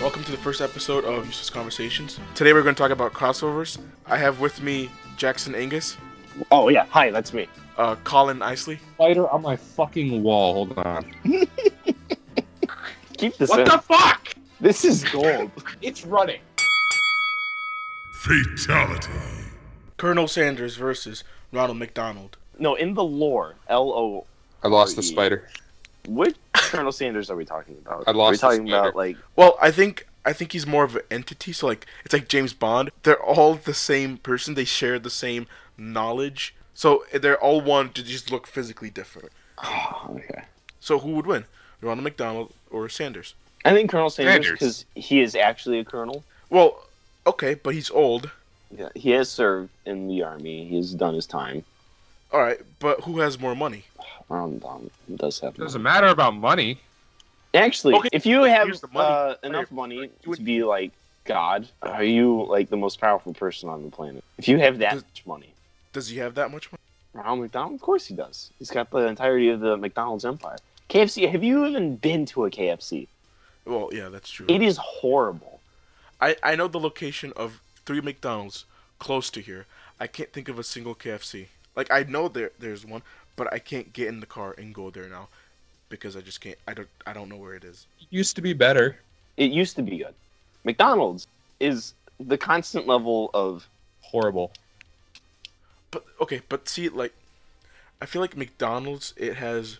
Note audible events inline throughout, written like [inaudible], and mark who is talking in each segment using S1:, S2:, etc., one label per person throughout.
S1: Welcome to the first episode of Useless Conversations. Today we're going to talk about crossovers. I have with me Jackson Angus,
S2: Oh yeah, hi, that's me.
S1: uh, Colin Isley.
S3: spider on my fucking wall. Hold on.
S2: Keep this in.
S3: fuck?
S2: this is gold. [laughs]
S3: It's running.
S4: Fatality.
S1: Colonel Sanders versus Ronald McDonald.
S2: no, in the lore, L O.
S5: I lost the
S2: Three.
S5: spider.
S2: What Colonel Sanders are we talking about?
S5: I lost
S2: Are
S5: the
S2: we talking about
S5: spider.
S2: like?
S1: Well, I think I think he's more of an entity. So like it's like James Bond. They're all the same person. They share the same knowledge. So they're all one. They just look physically different.
S2: okay.
S1: So who would win, Ronald McDonald or Sanders?
S2: I think Colonel Sanders
S5: Sanders.
S2: because he is actually a colonel.
S1: Well, okay, but he's old.
S2: Yeah, he has served in the army. He has done his time.
S1: All right, but who has more money?
S2: Ronald Donald um, does have. money.
S3: Doesn't matter about money.
S2: Actually,
S1: Okay,
S2: if you have
S1: here's the money.
S2: uh, enough money to be like God, are you like the most powerful person on the planet? If you have that
S1: Does-
S2: much money,
S1: Does he have that much money?
S2: Ronald McDonald, of course he does. He's got the entirety of the McDonald's empire. KFC, have you even been to a KFC?
S1: Well, yeah, that's true.
S3: Hmm.
S2: It is horrible.
S1: I, I know the location of three McDonald's close to here. I can't think of a single KFC. Like I know there there's one, but I can't get in the car and go there now because I just can't. I don't I don't know where it is.
S3: It used to be better.
S2: It used to be good. McDonald's is the constant level of
S3: Horrible.
S1: But okay, but see like I feel like McDonald's it has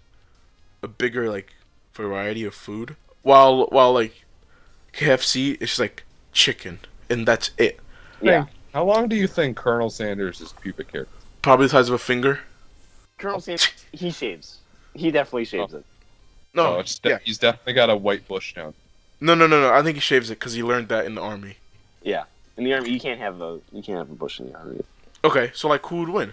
S1: a bigger like variety of food while while like KFC it's just like chicken and that's it.
S2: yeah.
S3: How long do you think Colonel Sanders is pubic hair?
S1: Probably the size of a finger.
S2: Colonel Sanders, he shaves. He definitely shaves it.
S1: No,
S3: Oh, it's de-
S1: yeah.
S3: he's definitely got a white bush now.
S1: no, no, no, no. I think he shaves it because he learned that in the army.
S2: Yeah. In the army, you can't have a you can't have a bush in the army.
S1: Okay, so like who would win?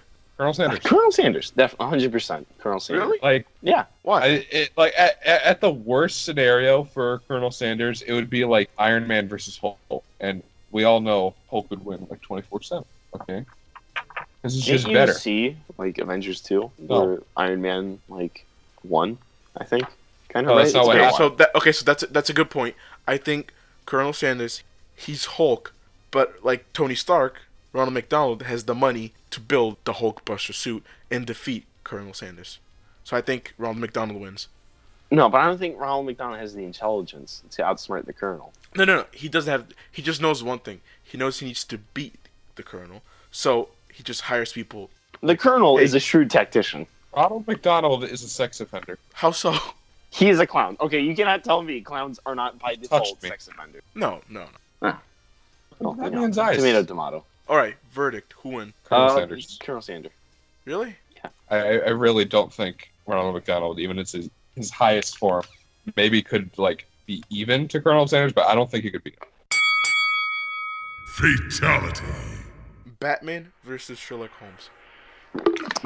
S2: [laughs]
S3: Colonel Sanders.
S2: Colonel Sanders, def 100 percent. Colonel Sanders.
S3: Like
S2: Yeah.
S1: Why?
S3: I, it, like at, at at the worst scenario for Colonel Sanders, it would be like Iron Man versus Hulk, and we all know Hulk would win like twenty four seven. Okay, this is
S2: Did
S3: just
S2: you
S3: better. Oh.
S2: see like Avengers two
S3: No.
S2: or Iron Man like one? I think kind of
S3: No,
S2: right.
S3: Oh, that's not
S2: It's
S1: Okay,
S2: been a
S3: what happened.
S2: while.
S1: so that okay, so that's that's a good point. I think Colonel Sanders, he's Hulk, but like Tony Stark, Ronald McDonald has the money to build the Hulkbuster suit and defeat Colonel Sanders. So I think Ronald McDonald wins.
S2: No, but I don't think Ronald McDonald has the intelligence to outsmart the Colonel.
S1: No, no, no. He doesn't have. He just knows one thing. He knows he needs to beat the Colonel. So he just hires people.
S2: The Colonel is a shrewd tactician.
S3: Ronald McDonald is a sex offender.
S1: How so? [laughs]
S2: He is a clown. Okay, you cannot tell me clowns are not by default
S3: touched me.
S2: sex offenders.
S1: No, no, no.
S2: No,
S3: That
S2: no.
S3: man's eyes.
S2: Oh, Tomato, tomato.
S1: All right, verdict. Who wins?
S3: Colonel
S2: Uh,
S3: Sanders.
S2: Colonel Sanders.
S1: Really?
S3: I, I I really don't think Ronald McDonald, even it's his, his highest form, maybe could like be even to Colonel Sanders, but I don't think he could be.
S4: Fatality.
S1: Batman versus Sherlock Holmes.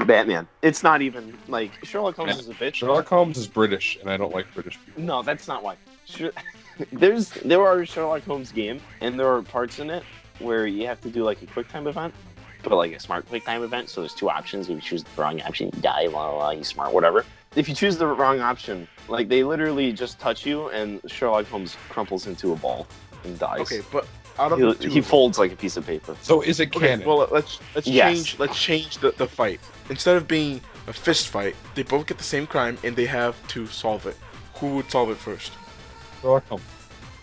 S2: Batman. It's not even like Sherlock Holmes is a bitch.
S3: Sherlock Holmes is British, and I don't like British people.
S2: No, that's not why. Sher- [laughs] There's there are Sherlock Holmes game, and there are parts in it where you have to do like a quick time event, but like a smart quick time event. So there's two options. If you choose the wrong option, you die. Blah blah. blah you smart, whatever. If you choose the wrong option, like they literally just touch you, and Sherlock Holmes crumples into a ball and dies.
S1: Okay, but out of the
S2: He,
S1: two
S2: he
S1: of them-
S2: folds like a piece of paper.
S3: So is it
S1: Okay,
S3: canon?
S1: well let's let's
S2: Yes.
S1: change let's change the, the fight. Instead of being a fist fight, they both get the same crime and they have to solve it. Who would solve it first?
S3: Sherlock Holmes.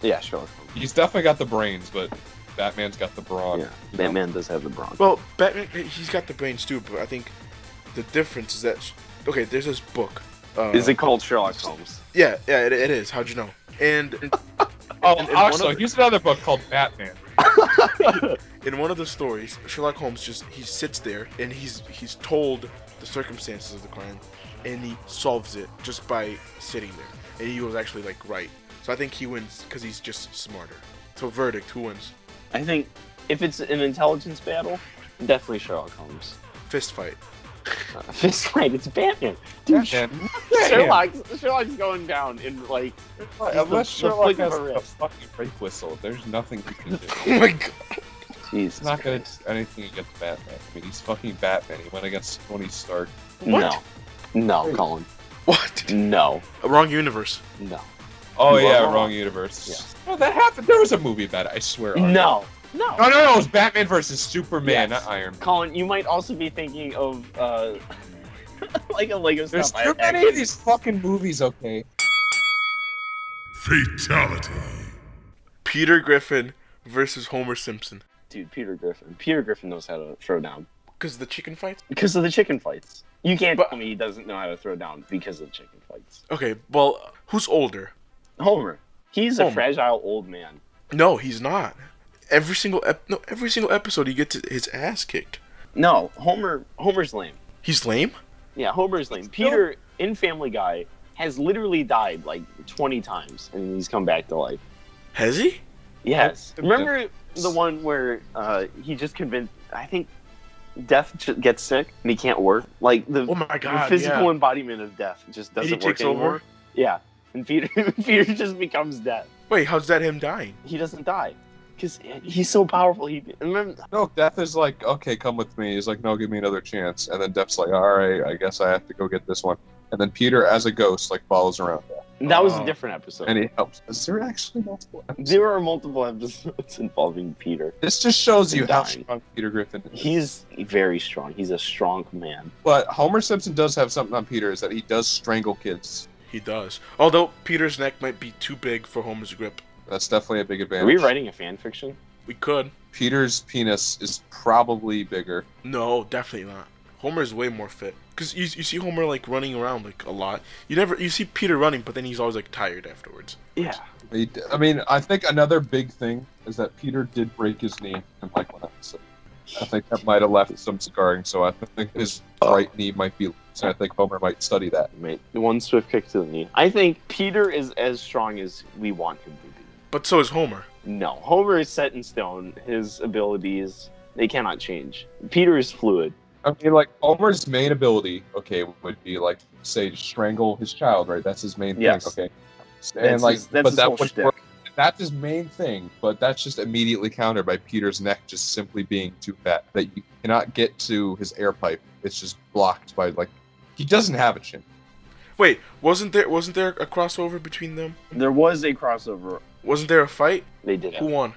S2: Yeah, Sherlock Holmes.
S3: He's definitely got the brains, but Batman's got the brawn.
S2: Yeah, Batman does have the brawn.
S1: Well, Batman he's got the brains too, but I think the difference is that okay, there's this book. Uh,
S2: Is it called Sherlock Holmes?
S1: Yeah, yeah, it, it is. How'd you know? And in,
S3: Oh,
S1: and one
S3: also,
S1: of the-
S3: here's another book called Batman.
S1: in one of the stories, Sherlock Holmes just he sits there and he's he's told the circumstances of the crime, and he solves it just by sitting there. And he was actually like right. So I think he wins because he's just smarter. So verdict, who wins?
S2: I think if it's an intelligence battle, definitely Sherlock Holmes.
S1: Fist fight.
S2: Uh, Fist fight, [laughs] it's Batman. Dude,
S3: Batman.
S2: Sherlock's, Sherlock's going down in like
S3: Unless
S2: the
S3: Sherlock
S2: flick of
S3: has
S2: a
S3: a
S2: wrist.
S3: fucking brake whistle, there's nothing he can do.
S1: [laughs] Oh my god.
S2: Jesus.
S3: He's not gonna do
S2: Christ.
S3: anything against Batman. I mean, he's fucking Batman. He went against Tony Stark.
S2: No. No, Colin.
S1: What?
S2: No.
S1: Wrong universe.
S2: No.
S3: Oh
S2: Wrong
S3: yeah,
S2: World.
S3: wrong universe. No, that happened. There was a movie about it. I swear. on it.
S2: No, no.
S3: No, no, no. It was Batman versus Superman,
S2: Yes.
S3: not Iron. Man.
S2: Colin, you might also be thinking of uh, [laughs] like a Lego
S3: There's
S2: stop
S3: too
S2: by
S3: many of
S2: action.
S3: these fucking movies. Okay.
S4: Fatality.
S1: Peter Griffin versus Homer Simpson.
S2: Dude, Peter Griffin. Peter Griffin knows how to throw down
S1: Because the chicken fights?
S2: because of the chicken fights. You can't
S1: But-
S2: tell me he doesn't know how to throw down because of the chicken fights.
S1: Okay, well, who's older?
S2: Homer, he's a
S1: Homer.
S2: fragile old man.
S1: No, he's not. Every single ep- no, every single episode he gets his ass kicked.
S2: No, Homer. Homer's lame.
S1: He's lame?
S2: Yeah, Homer's lame. Peter in Family Guy has literally died like 20 times and he's come back to life.
S1: Has he?
S2: Yes.
S3: Yep.
S2: Remember the one where uh, he just convinced, I think Death j- gets sick and he can't work? Like the,
S1: Oh my
S2: the
S1: god.
S2: physical
S1: yeah.
S2: embodiment of Death just
S1: And
S2: doesn't
S1: he
S2: work
S1: takes
S2: anymore.
S1: over?
S2: Yeah. And Peter, [laughs] Peter just becomes Death.
S1: Wait, how's that him dying?
S2: He doesn't die because he's so powerful. He remember,
S3: No, Death is like, okay, come with me. He's like, no, give me another chance. And then Death's like, all right, I guess I have to go get this one. And then Peter, as a ghost, like follows around Death,
S2: that was a
S1: Oh.
S2: different episode.
S3: and he helps. Is there actually multiple? episodes?
S2: there are multiple [laughs] episodes involving Peter.
S3: This just shows you how
S2: Dying.
S3: strong Peter Griffin is.
S2: He's very strong. He's a strong man.
S3: But Homer Simpson does have something on Peter is that he does strangle kids.
S1: He does. Although Peter's neck might be too big for Homer's grip.
S3: That's definitely a big
S2: Are
S3: advantage.
S2: we writing a fan fiction?
S1: We could.
S3: Peter's penis is probably bigger.
S1: No, definitely not. Homer's way more fit. Cause you, you see Homer like running around like a lot. You never you see Peter running, but then he's always like tired afterwards.
S2: Yeah.
S3: He d- I mean, I think another big thing is that Peter did break his knee in like one episode. I think that might have left some scarring, so I think his
S2: Oh.
S3: right knee might be. So I think Homer might study that.
S2: Right. One swift kick to the knee. I think Peter is as strong as we want him to be.
S1: But so is Homer.
S2: No, Homer is set in stone. His abilities they cannot change. Peter is fluid.
S3: I mean, like Homer's main ability, okay, would be like say strangle his child, right? That's his main
S2: Yes.
S3: thing, okay. And
S2: That's
S3: like,
S2: his- that's
S3: but
S2: his
S3: that
S2: whole
S3: would
S2: shtick.
S3: work. That's his main thing, but that's just immediately countered by Peter's neck just simply being too fat that you cannot get to his air pipe. It's just blocked by like he doesn't have a chin.
S1: Wait, wasn't there wasn't there a crossover between them?
S2: There was a crossover.
S1: Wasn't there a fight?
S2: They did
S1: Who
S2: it.
S1: won?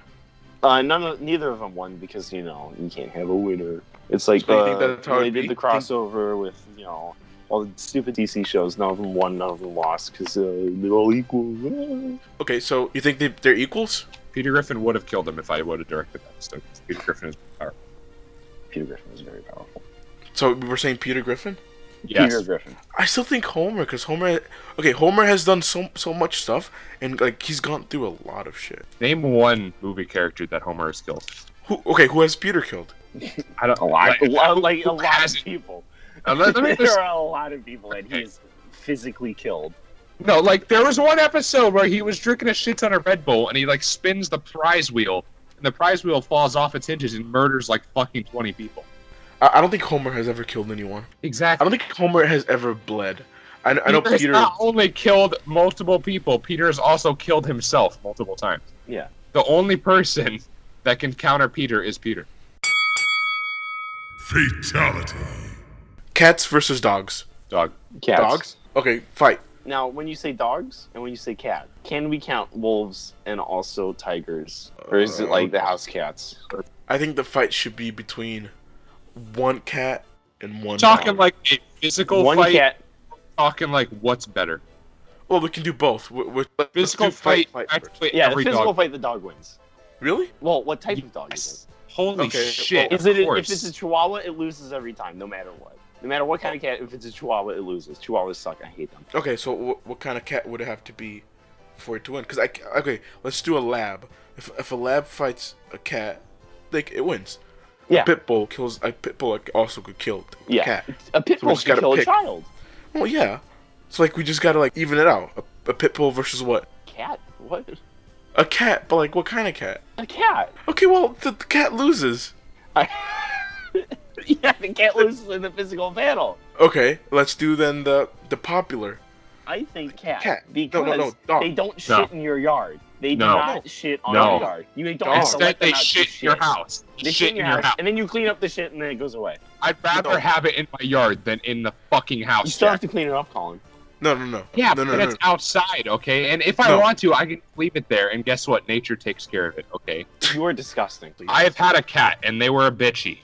S2: Uh, none of neither of them won because you know you can't have a winner. It's like
S1: So you
S2: uh,
S1: think that's how
S2: when they
S1: it'd
S2: did
S1: be?
S2: the crossover with you know all the stupid DC shows. None of them won. None of them lost because uh, they're all equal.
S1: Okay, so you think they, they're equals?
S3: Peter Griffin would have killed him if I would have directed that. So Peter Griffin is powerful.
S2: Peter Griffin is very powerful.
S1: So we were saying Peter Griffin.
S2: Peter Griffin.
S1: I still think Homer, because Homer, okay, Homer has done so so much stuff, and like he's gone through a lot of shit.
S3: Name one movie character that Homer has killed.
S1: Who? Okay, who has Peter killed?
S3: I don't
S2: A lot, a lot- like a
S3: who
S2: lot of
S3: hasn't?
S2: people.
S3: Let
S2: [laughs]
S3: me just
S2: there are a lot of people that he is physically killed.
S3: No, like there was one episode where he was drinking a shit ton of Red Bull and he like spins the prize wheel and the prize wheel falls off its hinges and murders like fucking twenty people.
S1: I, I don't think Homer has ever killed anyone. I
S3: Exactly.
S1: don't think Homer has ever bled. I, I know
S3: Peter's
S1: Peter.
S3: not only killed multiple people, Peter's also killed himself multiple times.
S2: Yeah.
S3: The only person that can counter Peter is Peter.
S4: Fatality.
S1: Cats versus dogs.
S3: Dog.
S2: Cats.
S1: Dogs. Okay, fight.
S2: Now, when you say dogs and when you say cat, can we count wolves and also tigers, or is it like the
S3: Uh,
S2: house cats?
S1: I think the fight should be between one cat and one.
S3: Talking
S1: dog.
S3: like a physical
S2: One
S3: fight.
S2: cat.
S3: Talking like what's better.
S1: Well, we can do both. We're, we're, let's
S3: Physical
S1: do
S3: fight.
S1: first.
S3: Actually,
S2: Yeah, the
S3: every
S2: physical
S3: dog.
S2: fight, the dog wins.
S1: Really?
S2: Well, what type of dog
S3: Yes.
S2: is
S3: Holy
S1: Okay,
S3: shit!
S2: it? Is it
S3: of
S2: if
S3: course.
S2: it's a Chihuahua, it loses every time, no matter what. No matter what kind of cat, if it's a Chihuahua, it loses. Chihuahuas suck. I hate them.
S1: Okay, so wh- what kind of cat would it have to be for it to win? Because I ca- okay, let's do a lab. If if a lab fights a cat, like it wins.
S2: Yeah.
S1: A pit bull kills a pit bull. like, Also could kill a
S2: Yeah.
S1: cat.
S2: A pit
S1: So we
S2: bull
S1: just
S2: can
S1: gotta
S2: kill a
S1: pick.
S2: child.
S1: Well, yeah. So like we just gotta like even it out. A, a pit bull versus what?
S2: Cat? What?
S1: A cat, but like what kind of cat?
S2: A cat.
S1: Okay, well the, the cat loses.
S2: [laughs] I... yeah, the cat loses in the physical battle.
S1: Okay, let's do then the the popular.
S2: I think cat,
S1: Cat. No,
S2: because
S1: no, no, dog.
S2: they don't shit in your yard. They do
S3: No.
S2: not shit on
S3: No.
S2: your yard. You don't
S1: Dog.
S2: have to
S3: Instead,
S2: let them
S3: they
S2: out to
S3: shit in your house.
S2: They shit in your house, and then you clean up the shit, and then it goes away.
S3: I'd rather
S1: No.
S3: have it in my yard than in the fucking house.
S2: You still have to
S3: Jack.
S2: clean it up, Colin.
S1: No, no, no.
S4: Yeah,
S1: No, no,
S4: but that's
S1: no.
S4: outside, okay? And if I
S1: No.
S4: want to, I can leave it there, and guess what? Nature takes care of it, okay?
S2: You are disgusting.
S4: I have had a cat, and they were a bitchy.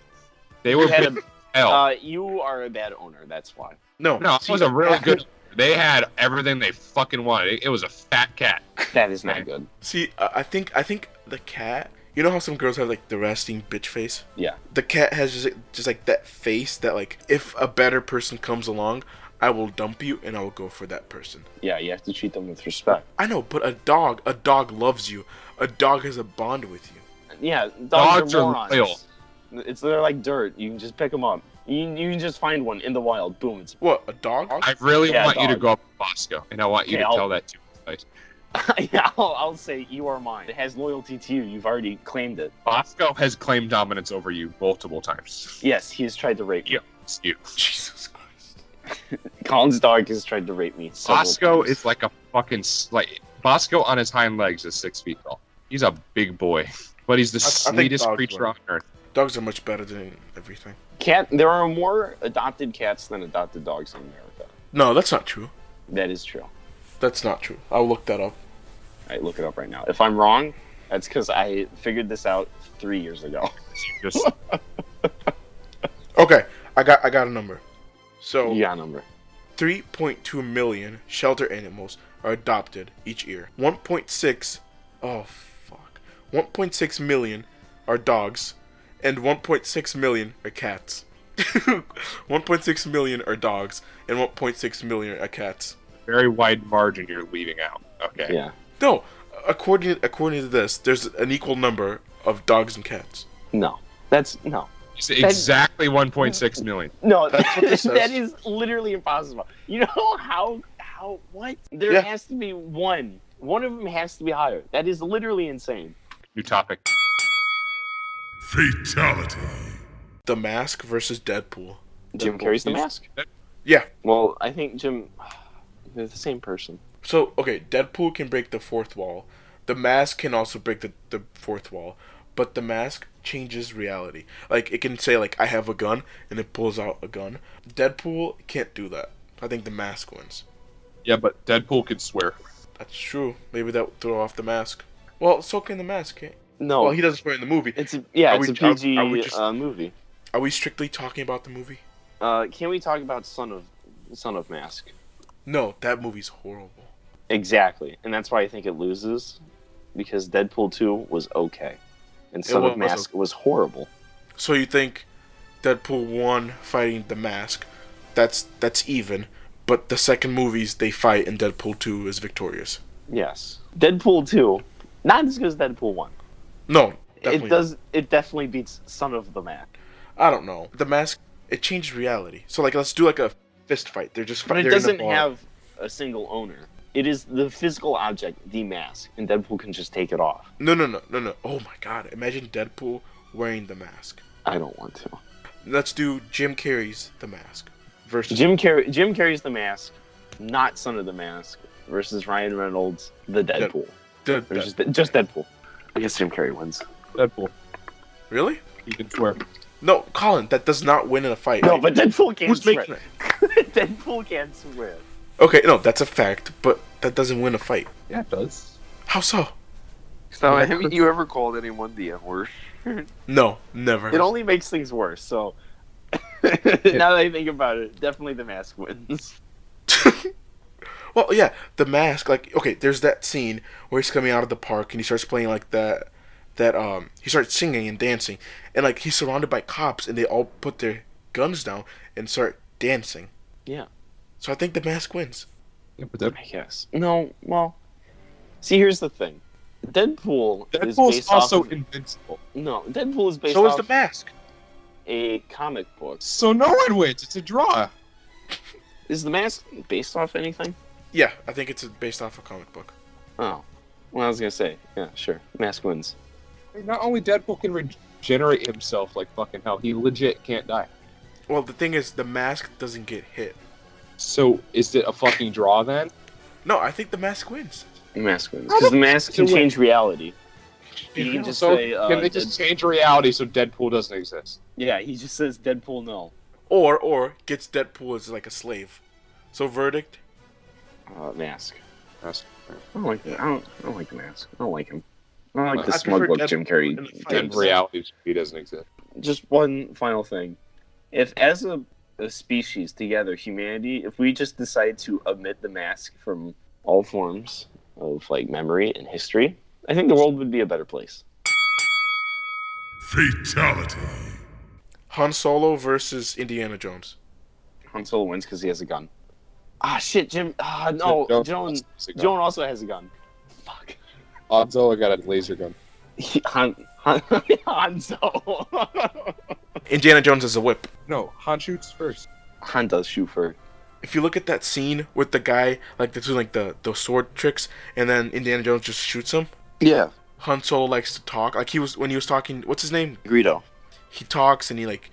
S4: They were
S2: You had a-
S4: bitchy as hell.
S2: Uh, you are a bad owner. That's why.
S1: No.
S4: no, it was a really good. They had everything they fucking wanted. It, it was a fat cat.
S2: That is not good.
S1: See, I I think I think the cat. You know how some girls have like the resting bitch face.
S2: Yeah.
S1: The cat has just like, just like that face that like if a better person comes along, I will dump you and I will go for that person.
S2: Yeah, you have to treat them with respect.
S1: I know, but a dog, a dog loves you. A dog has a bond with you.
S2: Yeah, dogs,
S4: Dogs
S2: are,
S4: are
S2: morons.
S4: loyal.
S2: It's they're like dirt. You can just pick them up. You, you can just find one in the wild. Boom. It's,
S1: What? A dog?
S4: I really
S2: Yeah,
S4: want you to
S2: dog.
S4: go up to Bosco, and I want you
S2: Okay,
S4: to
S2: I'll-
S4: tell that to him.
S2: [laughs] yeah, I'll, I'll say you are mine. It has loyalty to you. You've already claimed it.
S4: Bosco has claimed dominance over you multiple times.
S2: Yes, he has tried to rape me.
S4: Yeah. It's you.
S1: Jesus Christ.
S2: Colin's dog has tried to rape me. several
S4: Bosco
S2: times.
S4: is like a fucking s- like Bosco on his hind legs is six feet tall. He's a big boy, but he's the
S1: I- I think
S4: sweetest
S1: dogs
S4: creature
S1: win.
S4: on earth.
S1: Dogs are much better than everything.
S2: cat. There are more adopted cats than adopted dogs in America.
S1: No, that's not true.
S2: That is true.
S1: That's not true. I'll look that up.
S2: I look it up right now. If I'm wrong, that's because I figured this out three years ago. [laughs]
S4: He's Just
S1: Okay, I got I got a number. So
S2: Yeah, number.
S1: 3.2 million shelter animals are adopted each year. 1.6 oh fuck. 1.6 million are dogs and 1.6 million are cats. [laughs] 1.6 million are dogs and 1.6 million are cats.
S4: very wide margin you're leaving out. Okay.
S2: Yeah.
S1: No, according according to this, there's an equal number of dogs and cats.
S2: No. That's no.
S4: It's exactly 1.6 million.
S2: No, [laughs]
S1: That's what this
S2: that
S1: says.
S2: is literally impossible. You know [laughs] how how what? There
S1: Yeah.
S2: has to be one. One of them has to be higher. That is literally insane.
S4: New topic.
S5: Fatality.
S1: The Mask versus Deadpool.
S2: Jim carries the mask.
S1: Yeah.
S2: Well, I think Jim [sighs] they're the same person.
S1: So okay, Deadpool can break the fourth wall. The mask can also break the, the fourth wall, but the mask changes reality. Like it can say like I have a gun and it pulls out a gun. Deadpool can't do that. I think the mask wins.
S4: Yeah, but Deadpool could swear.
S1: That's true. Maybe that would throw off the mask. Well, so can the mask. Can't?
S2: No.
S1: Well, he doesn't swear in the movie.
S2: Oh. it's a, yeah,
S1: Are
S2: it's
S1: we-
S2: a PG
S1: are- are we just-
S2: uh, movie.
S1: Are we strictly talking about the movie?
S2: Uh, can we talk about Son of Son of Mask?
S1: No, that movie's horrible.
S2: Exactly, and that's why I think it loses, because Deadpool Two was okay, and Son
S1: wa- was
S2: of Mask was horrible.
S1: So you think Deadpool one fighting the mask? That's that's even. But the second movies they fight and Deadpool two is victorious.
S2: Yes, Deadpool Two, not as good as Deadpool One.
S1: No, definitely.
S2: It does. It definitely beats Son of the Mask,
S1: I don't know. The mask it changed reality. So like, let's do like a fist fight. They're just
S2: but
S1: fighting.
S2: it doesn't have a single owner. It is the physical object, the mask, and Deadpool can just take it off.
S1: No, no, no, no, no. Oh my God! Imagine Deadpool wearing the mask.
S2: I don't want to.
S1: Let's do Jim Carrey's The Mask versus.
S2: Jim Car- Jim carries the mask, not Son of the Mask, versus Ryan Reynolds, the Deadpool,
S1: Dead-
S2: or just just Deadpool. I guess Jim Carrey wins.
S3: Deadpool.
S1: really?
S3: He can swear.
S1: No, Colin. That does not win in a fight.
S2: No, but Deadpool can't
S1: who's
S2: swear.
S1: making it?
S2: [laughs] Deadpool can't swear.
S1: Okay, no, that's a fact. But that doesn't win a fight.
S3: Yeah, it does.
S1: How so?
S2: So haven't you ever called anyone the N word?
S1: No, never.
S2: It only makes things worse. So [laughs] now that I think about it, definitely the mask wins. [laughs]
S1: Well, yeah, the mask. Like, okay, there's that scene where he's coming out of the park and he starts playing like that. That um, he starts singing and dancing, and like he's surrounded by cops, and they all put their guns down and start dancing.
S2: Yeah.
S1: So I think the mask wins.
S3: Yeah, but Deadpool.
S2: I guess. No. Well, see, here's the thing. Deadpool is
S3: Deadpool's
S2: based
S3: also
S2: off. of-
S3: invincible.
S2: no, Deadpool is based
S1: so is
S2: off
S1: the mask.
S2: a comic book.
S3: So no one wins. It's a draw.
S2: Is the mask based off anything?
S1: Yeah, I think it's based off a comic book.
S2: Oh, well, I was gonna say, yeah, sure, mask wins.
S3: Not only Deadpool can regenerate himself like fucking hell, he legit can't die.
S1: Well, the thing is, the mask doesn't get hit.
S3: So is it a fucking draw then?
S1: No, I think the mask wins.
S2: Mask wins
S3: How
S2: because
S3: the
S2: the mask
S3: fuck
S2: can
S3: do it?
S2: change reality. You can just
S3: So
S2: say, uh,
S3: can they just change reality so Deadpool doesn't exist?
S2: Yeah, he just says Deadpool no.
S1: Or or gets Deadpool as like a slave. So verdict,
S2: Uh, mask.
S4: Mask. I don't like. I don't. I don't like the mask. I don't like him. I don't like
S1: Uh,
S4: the
S1: I
S4: smug
S1: prefer
S4: look
S1: Deadpool
S4: Jim
S1: in
S4: Carrey
S1: the fight.
S4: gives.
S1: Dead
S4: In
S1: Deadpool.
S4: reality, he doesn't exist.
S2: Just one final thing. If as a, a species together, humanity, if we just decide to omit the mask from all forms of like memory and history, I think the world would be a better place.
S5: Fatality.
S1: Han Solo versus Indiana Jones.
S2: Han Solo wins because he has a gun. Ah shit, Jim. Ah no,
S3: Joan-
S2: Joan.
S3: Sick.
S2: Joan also has a gun. Fuck.
S3: Godzilla got a laser gun.
S2: Han, Han, [laughs] Hanzo.
S1: Indiana Jones has a whip.
S3: No, Han shoots first.
S2: [laughs] Han does shoot for.
S1: If you look at that scene with the guy, like the two, like the the sword tricks, and then Indiana Jones just shoots him.
S2: Yeah.
S1: Han Solo likes to talk. Like he was when he was talking. What's his name?
S2: Greedo.
S1: He talks and he like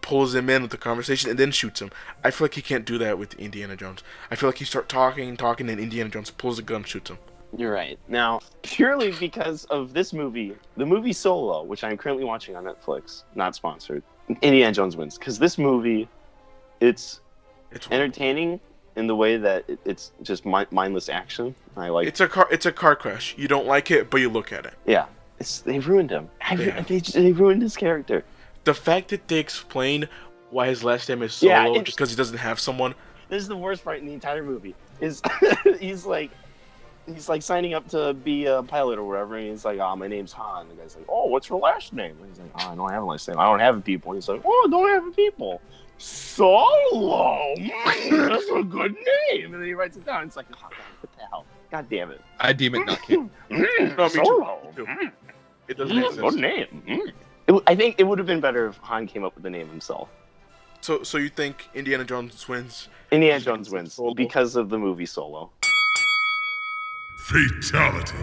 S1: pulls him in with the conversation and then shoots him. I feel like he can't do that with Indiana Jones. I feel like he start talking, talking, and Indiana Jones pulls a gun, shoots him.
S2: You're right. Now, purely because of this movie, the movie Solo, which I'm currently watching on Netflix, not sponsored, Indiana Jones wins. Because this movie, it's
S1: It's
S2: entertaining in the way that it- it's just mi- mindless action. I like
S1: it's a car. It's a car crash. You don't like it, but you look at it.
S2: Yeah. It's, they ruined him. I,
S1: Yeah.
S2: they, they ruined his character.
S1: The fact that they explain why his last name is Solo
S2: Yeah, it's-
S1: because he doesn't have someone.
S2: This is the worst part in the entire movie. Is [laughs] he's like he's like signing up to be a pilot or whatever, and he's like, "Oh, my name's Han." The guy's like, "Oh, what's your last name?" And he's like, "Oh, I don't have a last name. I don't have a people." And he's like, "Oh, don't have a people." Solo. [laughs] That's a good name. And then he writes it down. It's like, oh, God, what the hell? God damn it.
S4: I deem it not
S2: [laughs]
S4: canon.
S2: Mm,
S1: No, me too.
S2: Solo.
S1: Me too.
S2: Mm,
S1: It doesn't make
S2: good
S1: sense.
S2: name. Mm. It w- I think it would have been better if Han came up with the name himself.
S1: So, so you think Indiana Jones wins?
S2: Indiana Jones wins
S1: Solo.
S2: because of the movie Solo.
S5: Fatality.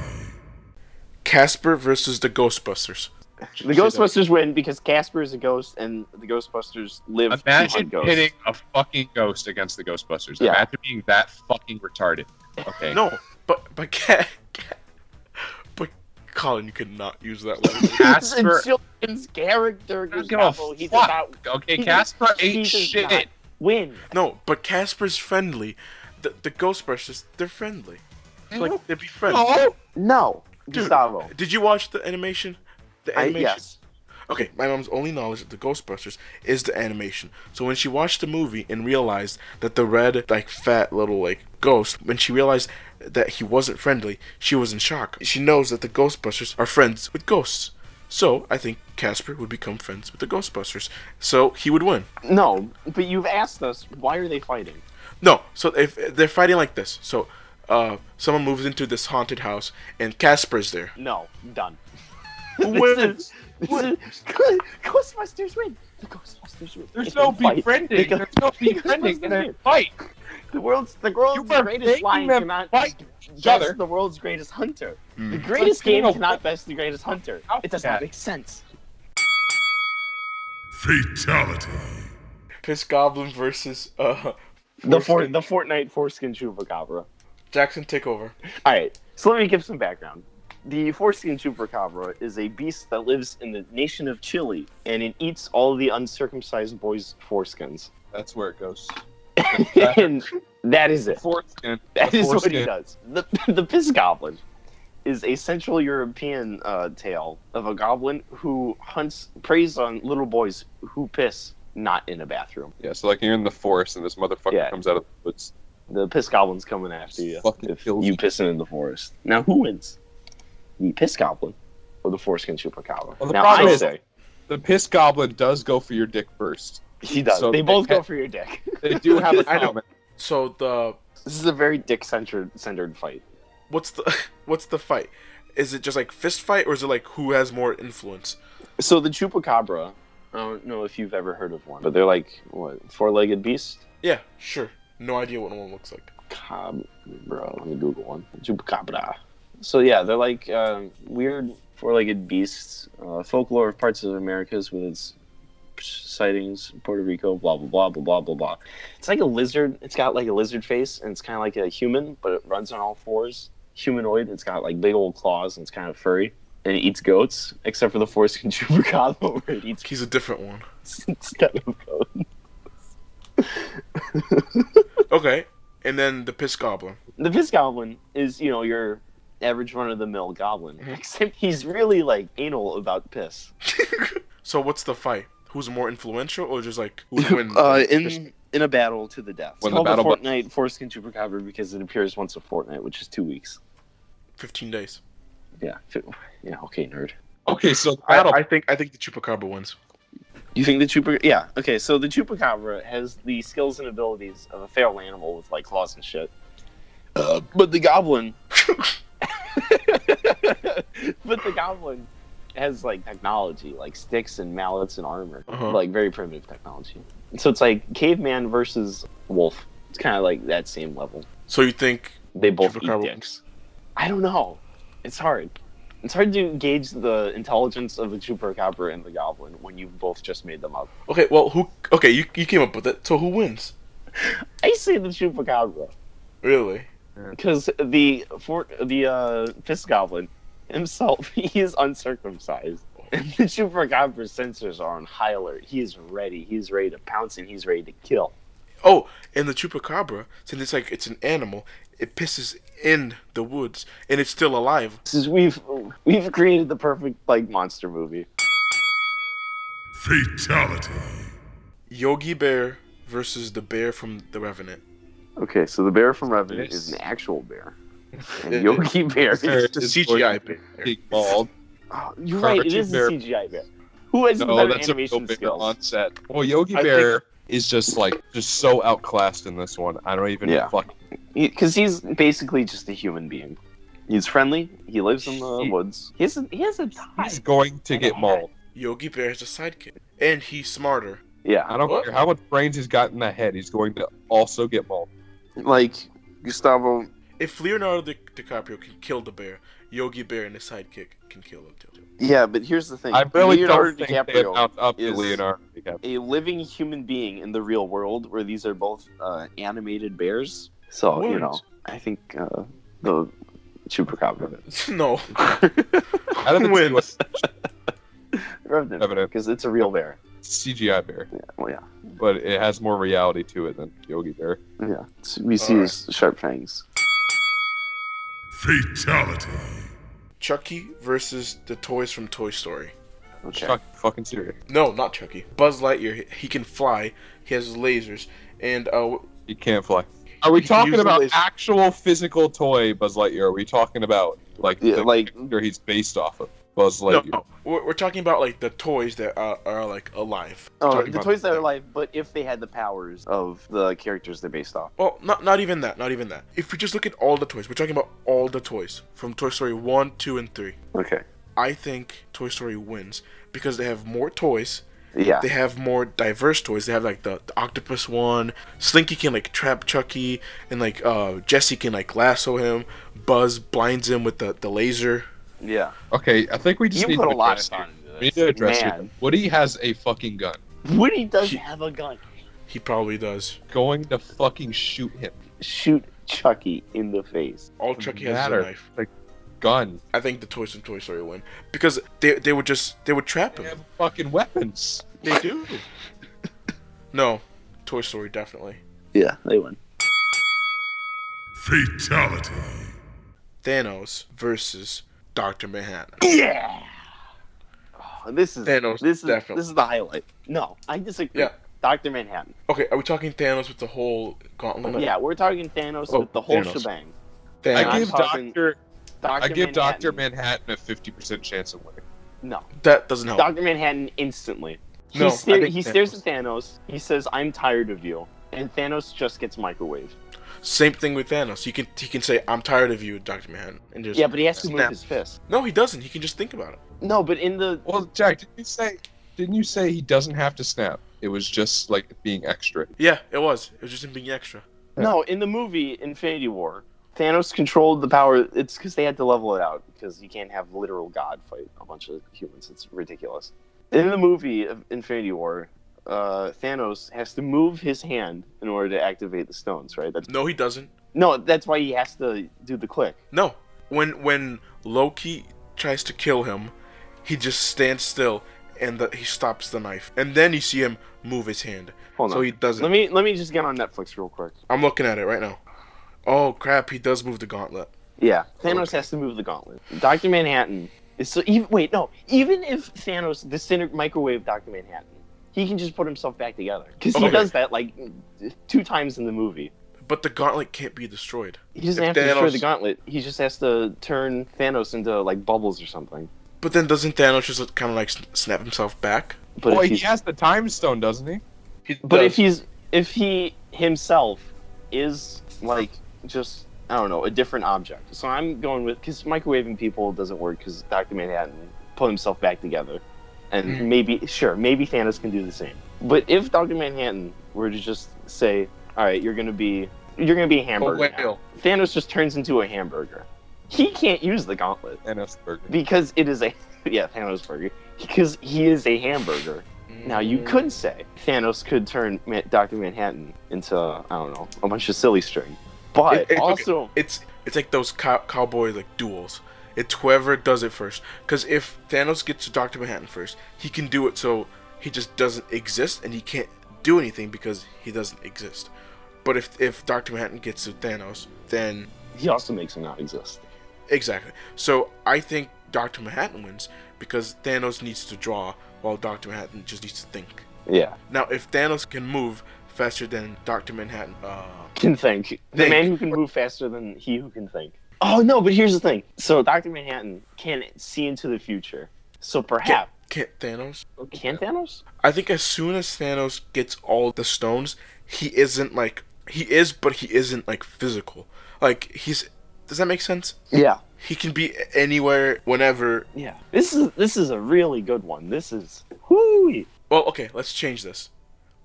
S1: Casper versus the Ghostbusters.
S2: The Ghostbusters win because Casper is a ghost, and the Ghostbusters live
S4: Imagine
S2: on ghosts. [laughs]
S4: pitting a fucking ghost against the Ghostbusters.
S2: Yeah.
S4: Imagine being that fucking retarded.
S2: [laughs]
S4: Okay.
S1: No, but but cat, [laughs] but Colin, you could not use that one.
S2: [laughs]
S4: Casper-
S2: It's Sheldon's character,
S4: I don't give a
S2: Gustavo. He did
S4: fuck.
S2: not
S4: Okay,
S2: He-
S4: Casper
S2: he
S4: ate
S2: does
S4: shit.
S2: not. win.
S1: No, but Casper's friendly. The, the Ghostbusters, they're friendly.
S2: Mm-hmm.
S1: Like they'd be friendly.
S4: no.
S2: No,
S1: Dude,
S2: Gustavo.
S1: Did you watch the animation? The
S2: I,
S1: animation.
S2: yes.
S1: Okay, my mom's only knowledge of the Ghostbusters is the animation. So when she watched the movie and realized that the red, like fat little like ghost, when she realized that he wasn't friendly, she was in shock. She knows that the Ghostbusters are friends with ghosts. So I think Casper would become friends with the Ghostbusters. So he would win.
S2: No, but you've asked us why are they fighting?
S1: No, so if they're fighting like this, so uh, someone moves into this haunted house and Casper's there.
S2: No, done. [laughs]
S1: Who
S2: This
S1: wins?
S2: is- this is- [laughs] Ghostbusters win. The Ghostbusters win. They
S4: There's no
S2: fight. They
S4: befriending.
S2: go-
S4: There's
S2: [laughs]
S4: no befriending in a fight.
S2: The world's the world's
S4: were
S2: greatest
S4: making
S2: lion
S4: them
S2: cannot
S4: fight
S2: best
S4: each other.
S2: the world's greatest hunter.
S1: Hmm.
S2: The greatest
S4: Like being
S2: game
S4: a-
S2: cannot best the greatest hunter. It does not make sense.
S5: Fatality.
S1: Piss Goblin versus uh,
S2: The for, the Fortnite foreskin chupacabra.
S1: Jackson Takeover.
S2: All right, so let me give some background. The foreskin chupacabra is a beast that lives in the nation of Chile, and it eats all the uncircumcised boys' foreskins. [laughs]
S3: That's where it goes.
S2: and that is
S3: [laughs]
S2: it.
S3: Foreskin.
S2: That is what he
S3: Foreskin.
S2: does. The, [laughs] the piss goblin is a Central European uh, tale of a goblin who hunts preys on little boys who piss not in a bathroom.
S3: Yeah, so like you're in the forest and this motherfucker
S2: Yeah.
S3: comes out of the woods.
S2: The piss goblin's coming after you
S3: Fucking
S2: if
S3: kills
S2: you
S3: you.
S2: pissing in the forest. Now who wins? The piss goblin or the foreskin chupacabra?
S3: Well, the
S2: now
S3: problem
S2: I
S3: is-
S2: say
S3: The piss goblin does go for your dick first.
S2: he does.
S3: so
S2: they
S3: they
S2: both go
S3: can't-
S2: for your dick. [laughs]
S3: They [laughs] do have a
S1: I know.
S3: comment.
S1: So the
S2: This is a very dick centered centered fight.
S1: what's the [laughs] what's the fight? Is it just like fist fight, or is it like who has more influence?
S2: So the chupacabra. I don't know if you've ever heard of one, but they're like what four-legged beast.
S1: Yeah, sure. No idea what one looks like.
S2: Cob, bro. Let me Google one. Chupacabra. So yeah, they're like um weird four-legged beasts. Uh, folklore of parts of Americas with its sightings, Puerto Rico, blah blah blah blah blah blah blah. It's like a lizard. It's got like a lizard face, and it's kind of like a human, but it runs on all fours. Humanoid. It's got like big old claws, and it's kind of furry. And it eats goats, except for the [laughs] foreskin chupacabra, where it eats [laughs]
S1: He's a different [laughs] one.
S2: instead of goats.
S1: Okay, and then the piss goblin.
S2: The Piss Goblin is, you know, your average run of the mill goblin,
S3: Mm-hmm.
S2: except he's really like anal about piss.
S1: So what's the fight? Who's more influential, or just like who [laughs] wins?
S2: Uh, in in a battle to the death.
S3: When
S2: When
S3: the
S2: Called the
S3: battle bu-
S2: Fortnite Foreskin Chupacabra because it appears once a fortnight, which is two weeks.
S1: fifteen days.
S2: Yeah, fi- yeah. Okay, nerd.
S3: Okay, so the
S1: I,
S3: battle.
S1: I think I think the chupacabra wins.
S2: Do you think the Chupa? Yeah. Okay, so the Chupacabra has the skills and abilities of a feral animal with like claws and shit, uh, but the Goblin, [laughs] but the Goblin has like technology, like sticks and mallets and armor,
S1: Uh-huh.
S2: like very primitive technology. So it's like caveman versus wolf. It's kind of like that same level.
S1: So you think
S2: They both
S1: Chupacabra
S2: eat dicks. I don't know. It's hard. It's hard to gauge the intelligence of the chupacabra and the goblin when you've both just made them up.
S1: Okay, well, who? Okay, you, you came up with it. So who wins?
S2: I say the chupacabra
S1: Really?
S2: because the for, the uh, fist goblin himself [laughs] he is uncircumcised, and [laughs] the chupacabra's sensors are on high alert. He is ready. He's ready to pounce and he's ready to kill.
S1: Oh, and the chupacabra, since it's like it's an animal, it pisses in the woods and it's still alive.
S2: This is we've we've created the perfect like monster movie.
S5: Fatality.
S1: Yogi Bear versus the bear from The Revenant.
S2: Okay, so the bear from Revenant
S4: Yes.
S2: is an actual
S3: [laughs]
S2: bear.
S3: It-
S2: And Yogi Bear
S3: [laughs]
S2: is
S3: Bear
S1: It's a
S3: is
S1: CGI
S3: going
S1: bear.
S3: to be Bald.
S2: Oh, you're right. It
S3: Cartoon
S2: is a
S3: bear.
S2: CGI bear. Who has
S3: No,
S2: better
S3: that's a real
S2: animation
S3: big
S2: skills?
S3: onset. Well, Yogi
S2: I
S3: Bear is just like just so outclassed in this one. I don't even
S2: Yeah.
S3: fucking
S2: Because he's basically just a human being. He's friendly. He lives in the
S3: He-
S2: woods. He has a, he has a tie.
S3: He's going to get mauled.
S1: Yogi Bear is a sidekick, and he's smarter.
S2: Yeah,
S3: I don't
S1: What?
S3: care how much brains he's got in the head. He's going to also get mauled.
S2: like Gustavo.
S1: If Leonardo Di- DiCaprio can kill the bear, Yogi Bear and his sidekick can kill him too. [laughs]
S2: Yeah, but here's the thing.
S3: I really
S2: Leonardo
S3: don't think they
S2: DiCaprio,
S3: amount up to
S2: is-
S3: Leonardo DiCaprio.
S2: a living human being in the real world, where these are both uh, animated bears. So you
S1: Words.
S2: know, I think uh, the
S3: [laughs]
S2: chupacabra.
S1: no,
S3: Out of the
S1: Win.
S3: two, it's
S2: Revenant,
S3: Revenant.
S2: because it's a real bear.
S3: CGI bear,
S2: Well, yeah,
S3: but it has more reality to it than Yogi Bear.
S2: yeah. We see
S1: Alright.
S2: his sharp fangs.
S5: Fatality.
S1: Chucky versus the toys from Toy Story.
S2: Okay.
S3: Chuck, fucking serious.
S1: No, not Chucky. Buzz Lightyear. he- He can fly. He has lasers, and uh,
S3: He can't fly. Are we
S1: He can
S3: talking
S1: use the
S3: about
S1: laser.
S3: actual physical toy Buzz Lightyear? Are we talking about like
S2: Yeah,
S3: the
S2: like-
S3: character he's based off of Buzz Lightyear?
S1: No, we're, we're talking about like the toys that are, are like alive.
S2: Oh,
S3: talking
S2: the
S3: about-
S2: toys that are alive, but if they had the powers of the characters they're based off.
S1: Well, not not even that, not even that. If we just look at all the toys, we're talking about all the toys from Toy Story one, two, and three.
S2: Okay.
S1: I think Toy Story wins because they have more toys.
S2: Yeah.
S1: They have more diverse toys. They have like the, the octopus one. Slinky can like trap Chucky, and like uh, Jesse can like lasso him. Buzz blinds him with the, the laser.
S2: Yeah.
S3: Okay, I think we just
S2: You
S3: need
S2: put
S3: to
S2: a lot of
S3: address
S2: thought
S3: here.
S2: into
S3: We need
S2: this.
S3: to address here.
S2: Man.
S3: Woody has a fucking gun.
S2: Woody does
S1: He-
S2: have a gun.
S1: He probably does.
S3: Going to fucking shoot him.
S2: Shoot Chucky in the face.
S1: All Chucky has is a
S3: Matter.
S1: knife.
S3: Gun.
S1: I think the toys from Toy Story win because they they would just they would trap
S3: They
S1: him.
S3: have fucking weapons.
S1: They do. [laughs] no, Toy Story definitely.
S2: Yeah, they win.
S5: Fatality.
S1: Thanos versus Doctor Manhattan.
S2: Yeah. Oh, this is
S1: Thanos,
S2: this is
S1: definitely.
S2: this is the highlight. No, I disagree.
S1: Yeah.
S2: Doctor Manhattan.
S1: Okay, are we talking Thanos with the whole gauntlet?
S2: Yeah, we're talking Thanos
S1: Oh,
S2: with the whole
S1: Thanos.
S2: shebang.
S1: Thanos.
S3: I
S2: I'm
S3: give
S2: talking-
S3: Doctor.
S2: Doctor
S3: I give Doctor
S2: Manhattan-
S3: Manhattan a fifty percent chance of winning.
S2: No.
S1: that doesn't help.
S2: Doctor Manhattan instantly. He,
S1: No, I
S2: sta-
S1: think
S2: he stares at Thanos. He says, "I'm tired of you," and Thanos just gets microwaved.
S1: Same thing with Thanos. He can he can say I'm tired of you, Doctor Manhattan, and just
S2: Yeah, but he has to move
S1: Snap.
S2: his fist.
S1: no, he doesn't. He can just think about it.
S2: No, but in the
S3: Well, Jack, didn't you say? Didn't you say he doesn't have to snap? It was just like being extra.
S1: Yeah, it was. It was just him being extra.
S2: no, in the movie Infinity War, Thanos controlled the power. It's because they had to level it out because you can't have literal God fight a bunch of humans. It's ridiculous. In the movie of Infinity War, uh, Thanos has to move his hand in order to activate the stones. Right? That's
S1: No, he doesn't.
S2: no. That's why he has to do the click.
S1: No. When when Loki tries to kill him, he just stands still and the, he stops the knife. And then you see him move his hand.
S2: Hold on.
S1: So he doesn't.
S2: Let me let me just get on Netflix real quick.
S1: I'm looking at it right now. Oh crap! He does move the gauntlet.
S2: Yeah, Thanos has to move the gauntlet. Doctor Manhattan is so. Even, wait, no. Even if Thanos disintegrate microwave Doctor Manhattan, he can just put himself back together because he
S1: Okay.
S2: does that like two times in the movie.
S1: But the gauntlet can't be destroyed.
S2: He doesn't
S1: If
S2: have to destroy
S1: Thanos-
S2: the gauntlet. He just has to turn Thanos into like bubbles or something.
S1: But then doesn't Thanos just kind of like s- snap himself back?
S2: But
S3: Boy,
S2: if
S3: he
S2: he's,
S3: has the time stone, doesn't he?
S1: He
S2: but
S1: does.
S2: if he's if he himself is like just I don't know a different object. So I'm going with because microwaving people doesn't work because Doctor Manhattan put himself back together, and
S1: Mhm.
S2: maybe sure maybe Thanos can do the same. But if Doctor Manhattan were to just say, "All right, you're gonna be you're gonna be a hamburger," now." Thanos just turns into a hamburger. He can't use the gauntlet
S3: Thanos burger.
S2: because it is a [laughs] yeah Thanos burger because he is a hamburger.
S1: Mm.
S2: Now you could say Thanos could turn Ma- Doctor Manhattan into I don't know a bunch of silly string,
S1: It-
S2: but
S1: it's okay.
S2: also
S1: It's it's like those cow- cowboy like duels. It's whoever does it first. Because if Thanos gets to Doctor Manhattan first, he can do it so he just doesn't exist and he can't do anything because he doesn't exist. But if if Doctor Manhattan gets to Thanos, then
S2: he also makes him not exist.
S1: exactly. So I think Doctor Manhattan wins because Thanos needs to draw while Doctor Manhattan just needs to think.
S2: Yeah,
S1: Now if Thanos can move faster than Doctor Manhattan, uh,
S2: can think the
S1: Think.
S2: man who can move faster than he who can think. Oh no, but here's the thing. So Doctor Manhattan can see into the future. So perhaps
S1: can't Thanos?
S2: can Thanos?
S1: I think as soon as Thanos gets all the stones, he isn't like he is, but he isn't like physical. Like he's. Does that make sense?
S2: Yeah,
S1: He can be anywhere, whenever.
S2: yeah. This is this is a really good one. This is whoo.
S1: Well, okay, let's change this.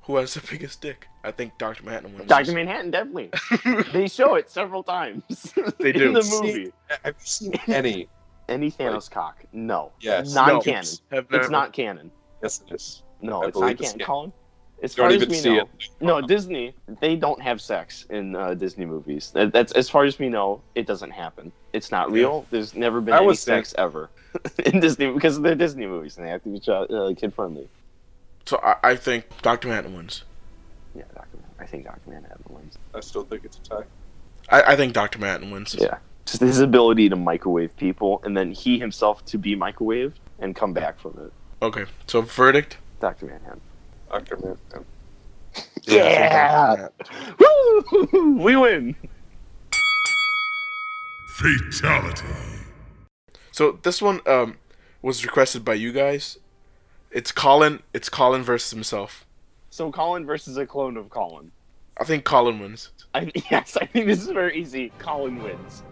S1: Who has the [laughs] biggest dick? I think Doctor Manhattan wins.
S2: Doctor
S1: this.
S2: Manhattan [laughs] definitely. they show it several times.
S1: They
S2: [laughs] in
S1: do.
S2: the
S3: See-
S2: movie.
S3: Have you seen
S2: [laughs]
S3: any?
S2: Any Thanos cock? No.
S3: Yes.
S2: Non
S1: No.
S2: canon. It's,
S1: Have never-
S2: not canon.
S3: Yes, it is.
S2: No,
S3: I
S2: it's
S3: believe
S2: not
S3: it's
S2: canon.
S3: it.
S2: Colin, as
S3: Don't
S2: far as
S3: even
S2: we
S3: see
S2: know,
S3: it.
S2: no Disney. They don't have sex in uh, Disney movies. That- That's as far as we know. It doesn't happen. It's not real. There's never been
S3: I
S2: any
S3: was
S2: sex ever [laughs] in Disney because they're Disney movies and they have to be child- uh, kid friendly.
S1: So I, I think Doctor Manhattan wins.
S2: Yeah, Doctor. Man- I think Doctor Manhattan wins.
S3: I still think it's a tie.
S1: I, I think Doctor Manhattan wins.
S2: Yeah. Just his ability to microwave people and then he himself to be microwaved and come back from it.
S1: Okay. So verdict.
S2: Doctor Manhattan.
S3: Doctor Manhattan.
S1: I think Dr. Manhattan.
S2: [laughs] Woo! We win.
S5: Fatality.
S1: So this one um was requested by you guys. It's Colin. It's Colin versus himself.
S2: So Colin versus a clone of Colin.
S1: I think Colin wins.
S2: [laughs] I, yes, I think this is very easy. Colin wins.